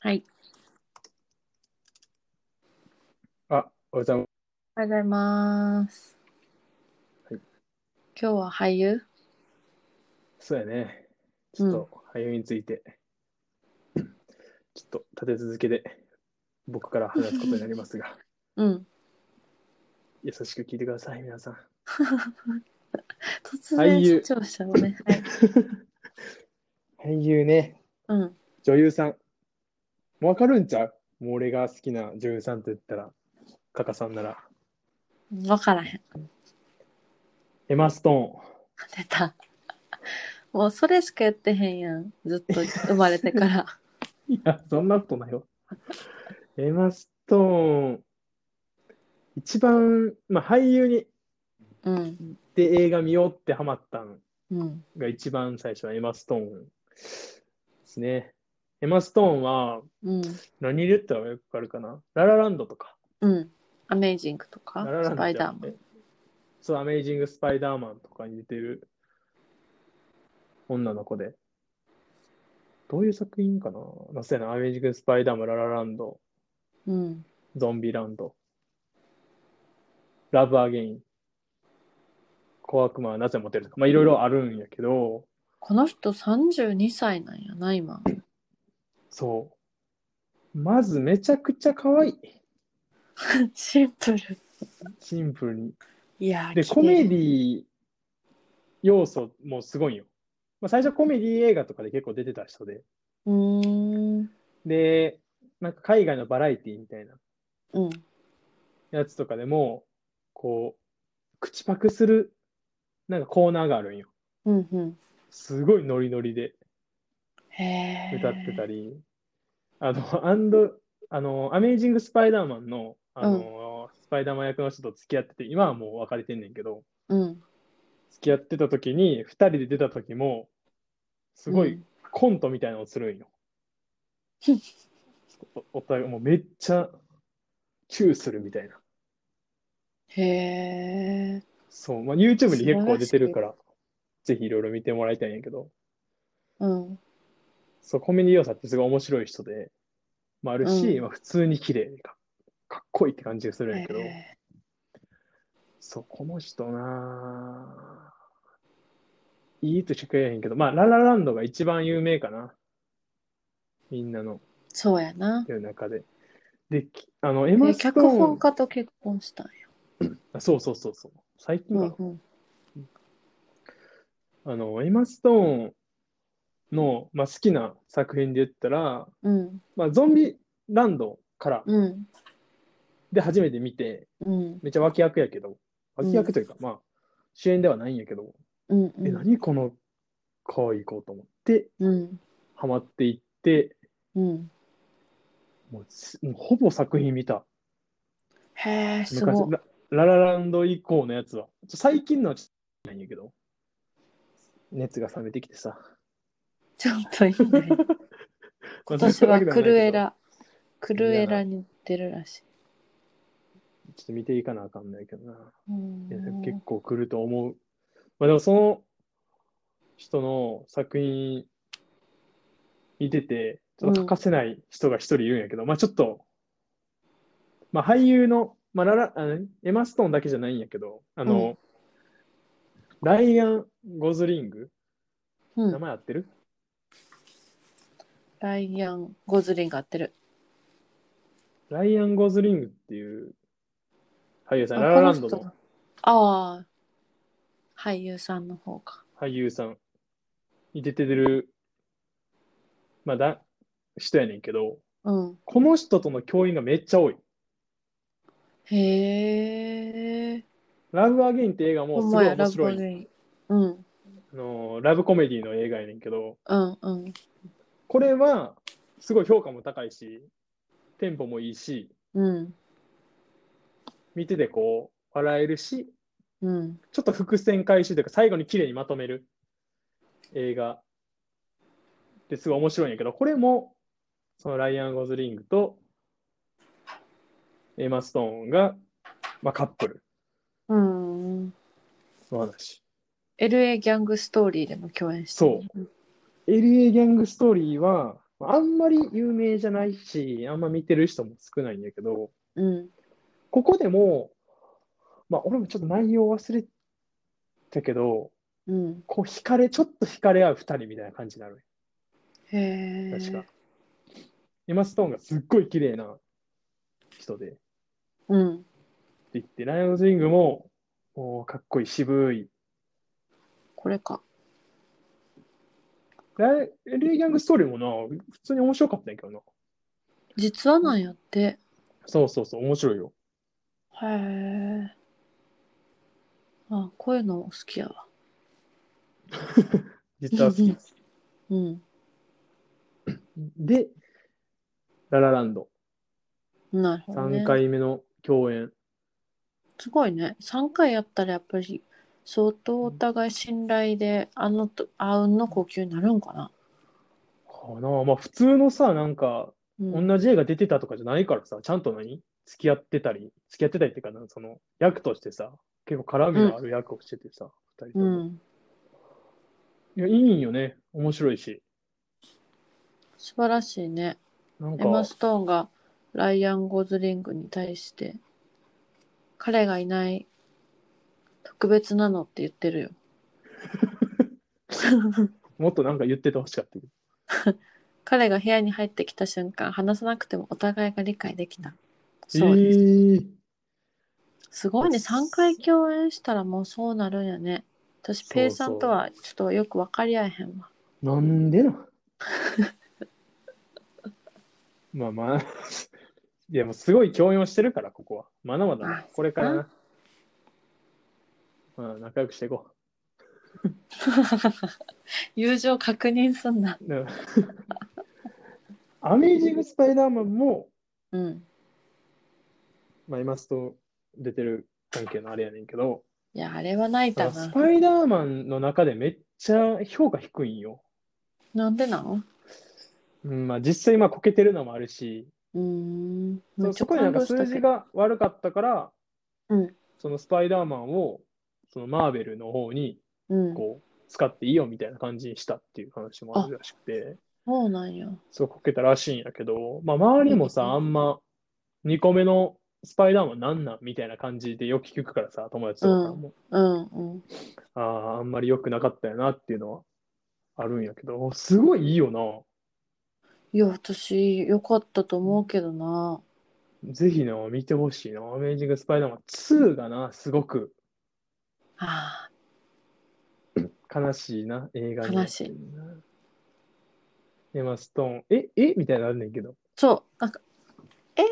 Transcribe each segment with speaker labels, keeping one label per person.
Speaker 1: はい。
Speaker 2: あ、おはようございます。
Speaker 1: おはようございます。
Speaker 2: はい
Speaker 1: 今日は俳優
Speaker 2: そうやね。ちょっと、俳優について、ちょっと立て続けで僕から話すことになります が、
Speaker 1: うん。
Speaker 2: 優しく聞いてください、皆さん。
Speaker 1: 突
Speaker 2: 俳
Speaker 1: 然
Speaker 2: 優
Speaker 1: 視聴者をね。はい。
Speaker 2: 俳優ね、
Speaker 1: うん。
Speaker 2: 女優さん。もうわかるんちゃうもう俺が好きな女優さんと言ったら、カカさんなら、
Speaker 1: わからへん。
Speaker 2: エマ・スト
Speaker 1: 出た。もうそれしかやってへんやん。ずっと生まれて から。
Speaker 2: ーン。 いや、そんなことないよ。エマ・ストーン。一番、まあ、俳優に
Speaker 1: うん。
Speaker 2: で映画見ようってハマったん
Speaker 1: うん。
Speaker 2: が一番最初はエマ・ストーンですね。エマ・ストーンは
Speaker 1: うん。
Speaker 2: 何入れたらよくあるかなララランドとか。
Speaker 1: うん。アメイジングとか
Speaker 2: ララランド
Speaker 1: スパイダーマ
Speaker 2: じゃな
Speaker 1: ン
Speaker 2: く。てそう、アメイジング・スパイダーマンとかに出てる女の子で。どういう作品かなまあ、そうやな。アメイジング・スパイダーマン、ララランド、
Speaker 1: うん。
Speaker 2: ゾンビランド、ラブ・アゲイン、小悪魔はなぜモテるとか。まあ、いろいろあるんやけど、
Speaker 1: この人32歳なんやな、 今。
Speaker 2: そう。まずめちゃくちゃ可愛い。
Speaker 1: シンプル。シ
Speaker 2: シンプルに。
Speaker 1: いやー
Speaker 2: で、
Speaker 1: 綺麗
Speaker 2: コメディ要素もすごいよ。まあ、最初コメディ映画とかで結構出てた人で。
Speaker 1: うーん。
Speaker 2: で、なんか海外のバラエティみたいな
Speaker 1: うん。
Speaker 2: やつとかでも、こう、口パクする、なんかコーナーがあるんよ。
Speaker 1: うん。うん。
Speaker 2: すごいノリノリで
Speaker 1: へえ。
Speaker 2: 歌ってたり、あの、アンド、あの、アメイジング・スパイダーマンの、あの、スパイダーマン役の人と付き合ってて、今はもう別れてんねんけど、
Speaker 1: うん。
Speaker 2: 付き合ってた時に、二人で出た時も、すご
Speaker 1: う
Speaker 2: い
Speaker 1: ん
Speaker 2: コントみたいなのを するんよ。おお互い、もうめっちゃ、チューするみたいな。
Speaker 1: へえ。
Speaker 2: そう、まあ、YouTube に結構出てるから、ぜひいろいろ見てもらいたいんやけど、
Speaker 1: うん。
Speaker 2: そう、コメディ要素ってすごい面白い人で、まあ、あるし、
Speaker 1: うん
Speaker 2: まあ、普通に綺麗か、かっこいいって感じがするんやけど、
Speaker 1: へ
Speaker 2: そう、この人なぁいいとしか言えへんけど、まあ、ララランドが一番有名かな。みんなの
Speaker 1: ーそうやな。
Speaker 2: いう中で。で、きあの、エ
Speaker 1: え
Speaker 2: マ・スト
Speaker 1: 脚
Speaker 2: ーン
Speaker 1: 本。家と結婚したんや。
Speaker 2: あそうそうそうそう。最近
Speaker 1: う
Speaker 2: か
Speaker 1: ん
Speaker 2: な、
Speaker 1: うん。
Speaker 2: あの、エマ・ストーンの、まあ、好きな作品で言ったら、
Speaker 1: うん
Speaker 2: まあ、ゾンビランドから
Speaker 1: うん
Speaker 2: で初めて見て、
Speaker 1: うん
Speaker 2: めっちゃ脇役やけど、脇役というか、まあ、主演ではないんやけど、
Speaker 1: うん
Speaker 2: え、何この可愛い子と思って、
Speaker 1: うん
Speaker 2: ハマっていって、
Speaker 1: うん
Speaker 2: もうすもうほぼ作品見た。
Speaker 1: へえす
Speaker 2: 昔
Speaker 1: ごい
Speaker 2: ラ、ララランド以降のやつは。ちょ最近のはちょっとないんやけど。熱が冷めてきてさ。
Speaker 1: ちょっといいね 今年はクルエ。ラクルエラに出るらしい
Speaker 2: ちょっと見ていかなあかんないけどな。
Speaker 1: う
Speaker 2: いや
Speaker 1: ん
Speaker 2: 結構来ると思う。まあでもその人の作品見てて、ちょっと欠かせない人が一人いるんやけど、まあちょっと、まあ俳優の、まあララ、あのエマ・ストーンだけじゃないんやけど、あの、ライアン・ゴズリング、
Speaker 1: う
Speaker 2: 名
Speaker 1: ん
Speaker 2: 前合ってる、
Speaker 1: ライアン・ゴズリンが合ってる
Speaker 2: ライアン・ゴズリングっていう俳優さん、
Speaker 1: あ
Speaker 2: ララランド
Speaker 1: この人
Speaker 2: の
Speaker 1: だああ俳優さんの方か
Speaker 2: 俳優さんに出てる、まあだ、人やねんけど、
Speaker 1: うん
Speaker 2: この人との共演がめっちゃ多い。
Speaker 1: へえ
Speaker 2: ラブアゲインって映画も
Speaker 1: ほ
Speaker 2: す
Speaker 1: ん
Speaker 2: ご
Speaker 1: ま
Speaker 2: い
Speaker 1: や
Speaker 2: 面
Speaker 1: ラブ
Speaker 2: 白
Speaker 1: ゴ
Speaker 2: い。
Speaker 1: ズリンうん
Speaker 2: あのラブコメディの映画やねんけど、
Speaker 1: うんうん
Speaker 2: これはすごい評価も高いし、テンポもいいし、
Speaker 1: うん
Speaker 2: 見ててこう、笑えるし、
Speaker 1: うん
Speaker 2: ちょっと伏線回収というか、最後に綺麗にまとめる映画ですごい面白いんやけど、これも、そのライアン・ゴズリングとエマ・ストーンが、まあ、カップル
Speaker 1: うん
Speaker 2: の話。
Speaker 1: LA ギャングストーリーでも共演してる
Speaker 2: そう LA ギャングストーリーは、あんまり有名じゃないし、あんま見てる人も少ないんやけど、
Speaker 1: うん。
Speaker 2: ここでも、まあ、俺もちょっと内容忘れたけど、
Speaker 1: うん。
Speaker 2: こう、惹かれ、ちょっと惹かれ合う2人みたいな感じになる。
Speaker 1: へえ。
Speaker 2: 確か。エマ・ストーンがすっごい綺麗な人で、って
Speaker 1: うん。
Speaker 2: 言って、ライオンズ・リングも、もうかっこいい、渋い。
Speaker 1: これか。
Speaker 2: ライレイ・ギャング・ストーリーもな、普通に面白かったんやけどな。
Speaker 1: 実はなんやって。
Speaker 2: そうそうそう、面白いよ。
Speaker 1: へえ。あ、こういうの好きやわ。
Speaker 2: 実は好き。
Speaker 1: うん。
Speaker 2: で、ララランド、
Speaker 1: なるほど、ね。
Speaker 2: 3回目の共演。
Speaker 1: すごいね。3回やったらやっぱり相当お互い信頼で、あのと、あうんの呼吸になるんかな。
Speaker 2: かなまあ普通のさ、なんか、
Speaker 1: うん、
Speaker 2: 同じ映画出てたとかじゃないからさ、ちゃんと何付き合ってたり、付き合ってたりっていうかな、その役としてさ、結構絡みのある役をしててさ、二、人と
Speaker 1: う
Speaker 2: も。
Speaker 1: ん。
Speaker 2: いや、いいんよね。面白いし。
Speaker 1: 素晴らしいね。
Speaker 2: なん
Speaker 1: エ
Speaker 2: か、
Speaker 1: マ・ストーンがライアン・ゴズリングに対して、彼がいない特別なのって言ってるよ。
Speaker 2: もっとなんか言っててほしかったけど。
Speaker 1: 彼が部屋に入ってきた瞬間、話さなくてもお互いが理解できた。
Speaker 2: え
Speaker 1: そうです。
Speaker 2: ー
Speaker 1: すごいね。3回共演したらもうそうなるんやね。私、ペイさんとはちょっとよく分かり合えへんわ。
Speaker 2: なんでな まあまあ、いやもうすごい共演をしてるから、ここは。まだまだ
Speaker 1: あ
Speaker 2: な、これからな。まあ、仲良くしていこ
Speaker 1: 友情確認すんな。
Speaker 2: う。だから アメージング・スパイダーマンも、
Speaker 1: うん。
Speaker 2: まあ、今すと出てる関係のあれやねんけど、
Speaker 1: いや、あれは泣いた
Speaker 2: ス
Speaker 1: な。
Speaker 2: パイダーマンの中でめっちゃ評価低いんよ。
Speaker 1: なんでなの
Speaker 2: うんまあ、実際、まあ、こけてるのもあるし、
Speaker 1: うーん。
Speaker 2: そ
Speaker 1: めっ
Speaker 2: う
Speaker 1: ちゃ
Speaker 2: そこになん
Speaker 1: 感動
Speaker 2: か
Speaker 1: し
Speaker 2: 数
Speaker 1: た
Speaker 2: 字
Speaker 1: けど。
Speaker 2: が悪かったから、
Speaker 1: うん。
Speaker 2: そのスパイダーマンをそのマーベルの方に
Speaker 1: うん。
Speaker 2: こう使っていいよみたいな感じにしたっていう話もあるらしくて、
Speaker 1: そうなんや。
Speaker 2: そうこけたらしいんやけど、まあ、周りもさ、
Speaker 1: うん
Speaker 2: あんま2個目のスパイダーマンなんなんみたいな感じでよく聞くからさ、友達とかからも、
Speaker 1: うんうん。
Speaker 2: ああ、あんまり良くなかったよなっていうのはあるんやけど、すごいいいよな。
Speaker 1: いや、私、良かったと思うけどな。
Speaker 2: ぜひな、見てほしいな。アメージング・スパイダーマン2がな、すごく
Speaker 1: ああ、
Speaker 2: 悲しいな、映画に。
Speaker 1: 悲しい。
Speaker 2: エマストーン、え、えみたいになるねんけど。
Speaker 1: そう。なんか、え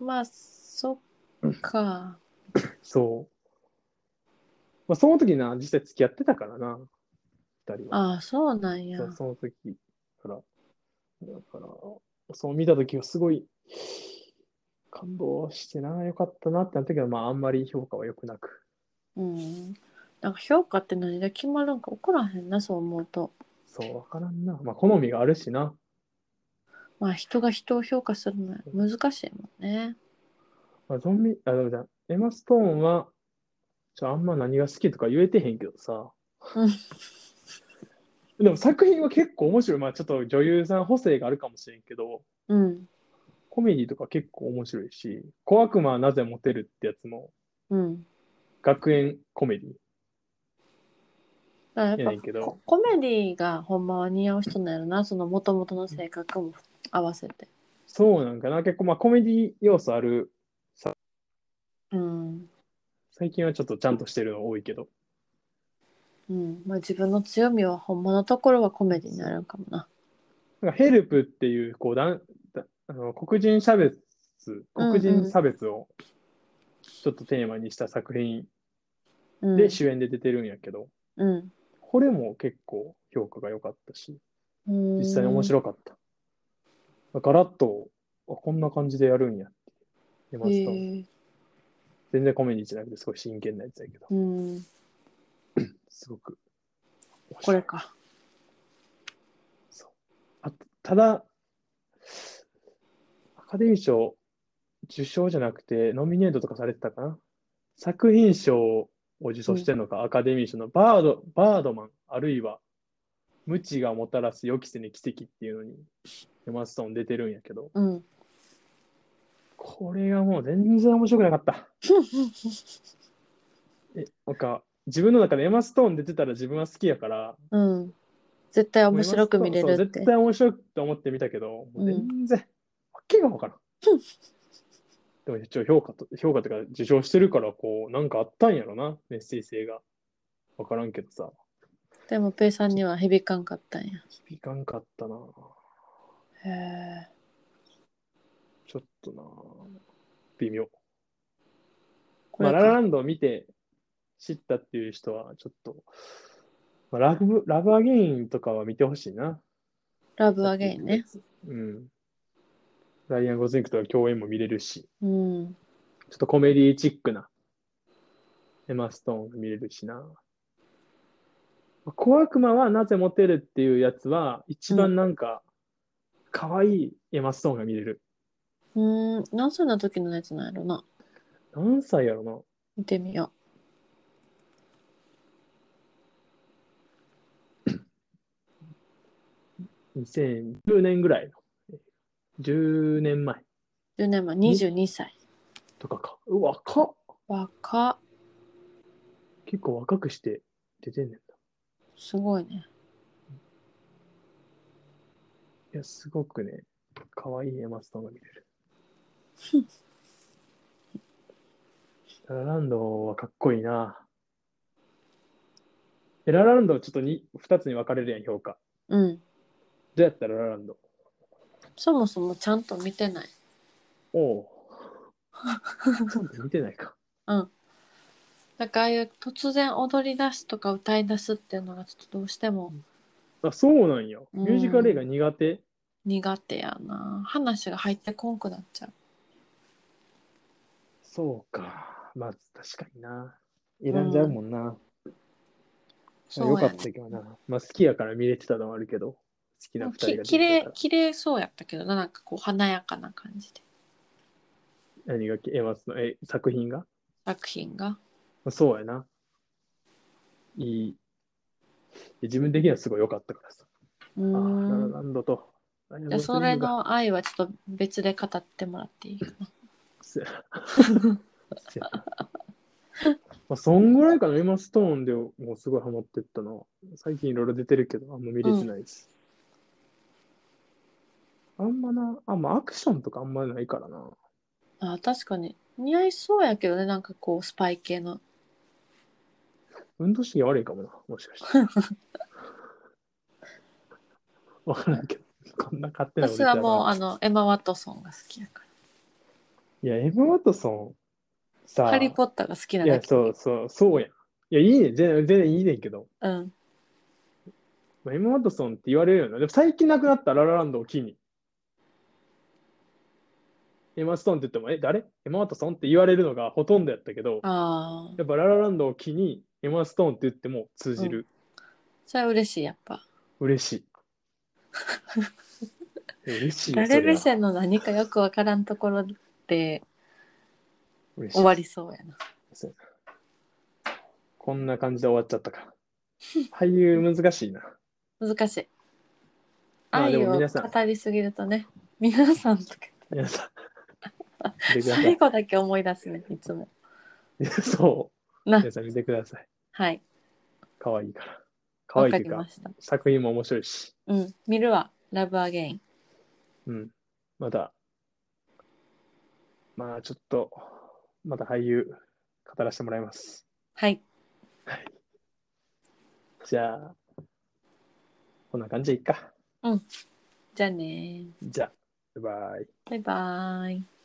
Speaker 1: ー、まあ、そっか。
Speaker 2: そう。まあ、その時な、実際付き合ってたからな、二人は。
Speaker 1: ああ、そうなんや
Speaker 2: そ。うその時から。だから、そう見た時はすごい感動してな、よかったなってなったけど、まあ、あんまり評価は良くなく。
Speaker 1: うん。なんか評価って何で決まるんか分からへんな、そう思うと。
Speaker 2: そう、わからんな。まあ、好みがあるしな。
Speaker 1: まあ、人が人を評価するのは難しいもんね。
Speaker 2: まあ、ゾンビ、あ、だめだ。エマ・ストーンは、ちょ、あんま何が好きとか言えてへんけどさ
Speaker 1: う。
Speaker 2: でも作品は結構面白い。まあちょっと女優さん補正があるかもしれんけど、
Speaker 1: うん。
Speaker 2: コメディとか結構面白いし、小悪魔はなぜモテるってやつも
Speaker 1: うん。
Speaker 2: 学園コメディ。
Speaker 1: だから
Speaker 2: い
Speaker 1: や
Speaker 2: や
Speaker 1: っ
Speaker 2: いいけ
Speaker 1: ぱ
Speaker 2: ど
Speaker 1: ココメディがほんまは似合う人なんやろなそのもともとの性格も合わせて
Speaker 2: そうなんかな。結構まあコメディ要素ある。
Speaker 1: うん、
Speaker 2: 最近はちょっとちゃんとしてるの多いけど。
Speaker 1: うんまあ、自分の強みはほんまのところはコメディになるんかもな
Speaker 2: なんかヘルプっていう、こうだんだあの、黒人差別、黒人差別をちょっとテーマにした作品
Speaker 1: うん
Speaker 2: で主演で出てるんやけど、
Speaker 1: うん
Speaker 2: これも結構評価が良かったし、
Speaker 1: うん
Speaker 2: 実際に面白かった。ガラッと、あこんな感じでやるんやって。エマストーン
Speaker 1: へえ
Speaker 2: 全然コメディじゃなくて、すごい真剣なやつだけど、
Speaker 1: うん
Speaker 2: すごく面
Speaker 1: こ
Speaker 2: 白い。
Speaker 1: れか
Speaker 2: あただ、アカデミー賞受賞じゃなくて、ノミネートとかされてたかな。作品賞を受賞してるのか、アカデミー賞のバード、バードマン、あるいは無知がもたらす予期せぬ奇跡っていうのに、エマストーン出てるんやけど、
Speaker 1: うん。
Speaker 2: これがもう全然面白くなかった。え、なんか、自分の中でエマストーン出てたら自分は好きやから、
Speaker 1: うん。絶対面白く見れ
Speaker 2: そう
Speaker 1: るっ
Speaker 2: 絶
Speaker 1: て。
Speaker 2: 対面白くと思ってみたけど、もう全然、わけが わからん。でも一応評価と、評価というか受賞してるから、こう、なんかあったんやろな、メッセージ性が。わからんけどさ、
Speaker 1: でも、ペイさんには響かんかったんや。
Speaker 2: 響かんかったな。
Speaker 1: へえ。
Speaker 2: ちょっとな、微妙。
Speaker 1: こ
Speaker 2: まあ、
Speaker 1: れ
Speaker 2: ララ
Speaker 1: か。
Speaker 2: ランドを見て知ったっていう人は、ちょっと、まあ、ラブ、ラブアゲインとかは見てほしいな。
Speaker 1: ラブアゲインね。。
Speaker 2: うん。ライアン・ゴズリンクとは共演も見れるし、
Speaker 1: うん。
Speaker 2: ちょっとコメディチックなエマ・ストーンも見れるしな。小悪魔はなぜモテるっていうやつは、一番なんか、可愛いエマ・ストーンが見れる。
Speaker 1: うーん。何歳の時のやつなんやろな。
Speaker 2: 何歳やろな。
Speaker 1: 見てみよ
Speaker 2: 2010年ぐらいの。10年前
Speaker 1: う。10年前、22歳。
Speaker 2: とかか。うわ、若っ
Speaker 1: 若っ。
Speaker 2: 結構若くして出てんねんな。
Speaker 1: すごいね。
Speaker 2: いや、すごくね、可愛いエマストーンが見れる。ララランドはかっこいいな。えララランドはちょっとに2つに分かれるやん、評価。
Speaker 1: うん。
Speaker 2: どうやったらララランド
Speaker 1: そもそもちゃんと見てない。
Speaker 2: おおう。ちゃんと見てないか。
Speaker 1: だからああいう突然踊り出すとか歌い出すっていうのがちょっとどうしても
Speaker 2: あ、そうなんや。
Speaker 1: うん
Speaker 2: ミュージカル映画苦手
Speaker 1: 苦手やな話が入ってこんくなっちゃう
Speaker 2: そうか。まあ、確かにな。選んじゃうもんな。まあ
Speaker 1: そう
Speaker 2: よか
Speaker 1: や
Speaker 2: った
Speaker 1: ね
Speaker 2: けどな。まあ、好きやから見れてたのはあるけど、好きな2人が出て
Speaker 1: き
Speaker 2: た
Speaker 1: きれい
Speaker 2: から
Speaker 1: きれいそうやったけどななんかこう華やかな感じで
Speaker 2: 何がエマスのえ作品が
Speaker 1: 作品が
Speaker 2: そうやな。いい。自分的にはすごい良かったからさ。
Speaker 1: う
Speaker 2: ああ、ララ
Speaker 1: ーん
Speaker 2: ランドと。ライアン
Speaker 1: じゃあ
Speaker 2: ゴズリング
Speaker 1: それ
Speaker 2: が。
Speaker 1: の愛はちょっと別で語ってもらっていいかな
Speaker 2: せせや なまあ、そんぐらいかな。エマストーンでもうすごいハマってったな。最近いろいろ出てるけど、あんま見れてないです。あんまな、あんまアクションとかあんまないからな。
Speaker 1: あ確かに似合いそうやけどねなんかこうスパイ系の
Speaker 2: 運動神経悪いかもな、もし かしてら。わからんけど、こんな勝手なこ
Speaker 1: 私
Speaker 2: と言っ
Speaker 1: は
Speaker 2: たら
Speaker 1: もうあのエマ・ワトソンが好きやか
Speaker 2: いや、エム・ワトソン、さ
Speaker 1: ら
Speaker 2: あ、
Speaker 1: ハリー・ポッターが好きないだ
Speaker 2: や、
Speaker 1: け
Speaker 2: そうそう、そうやん。いや、いいね、全然全然いいねんけど、
Speaker 1: うん
Speaker 2: まあ、エム・ワトソンって言われるよな。でも最近亡くなったララランドを機に。エマ・ストーンって言っても、え、誰エマ・ワトソンって言われるのがほとんどやったけど、
Speaker 1: ああ
Speaker 2: やっぱララランドを機に、エマ・ストーンって言っても通じる。
Speaker 1: それは嬉しいやっぱ
Speaker 2: 嬉しい。嬉しいよ。
Speaker 1: ラ
Speaker 2: それ
Speaker 1: レ
Speaker 2: は
Speaker 1: ル社の何かよくわからんところで
Speaker 2: 嬉しい
Speaker 1: 終わりそうやな。
Speaker 2: こんな感じで終わっちゃったか。俳優難しいな。
Speaker 1: 難しい。
Speaker 2: まあ
Speaker 1: 愛
Speaker 2: で
Speaker 1: を
Speaker 2: も皆さん
Speaker 1: 語りすぎるとね、皆さんとか
Speaker 2: 皆さん。見てくださ
Speaker 1: 最後だけ思い出すね、いつも。
Speaker 2: い。そう。
Speaker 1: な
Speaker 2: 皆さん見てください。
Speaker 1: はい、
Speaker 2: 可愛いから。可
Speaker 1: わ
Speaker 2: 愛い
Speaker 1: か
Speaker 2: とい
Speaker 1: り
Speaker 2: うか
Speaker 1: ま、した。
Speaker 2: 作品も面白いし。
Speaker 1: うん、見るわ、ラブアゲイン。
Speaker 2: うん。また、まあちょっと、また俳優語らせてもらいます。
Speaker 1: はい、
Speaker 2: じゃあ、こんな感じでいっか。
Speaker 1: じゃあね
Speaker 2: じゃあ、バイバイ。
Speaker 1: バイバーイ。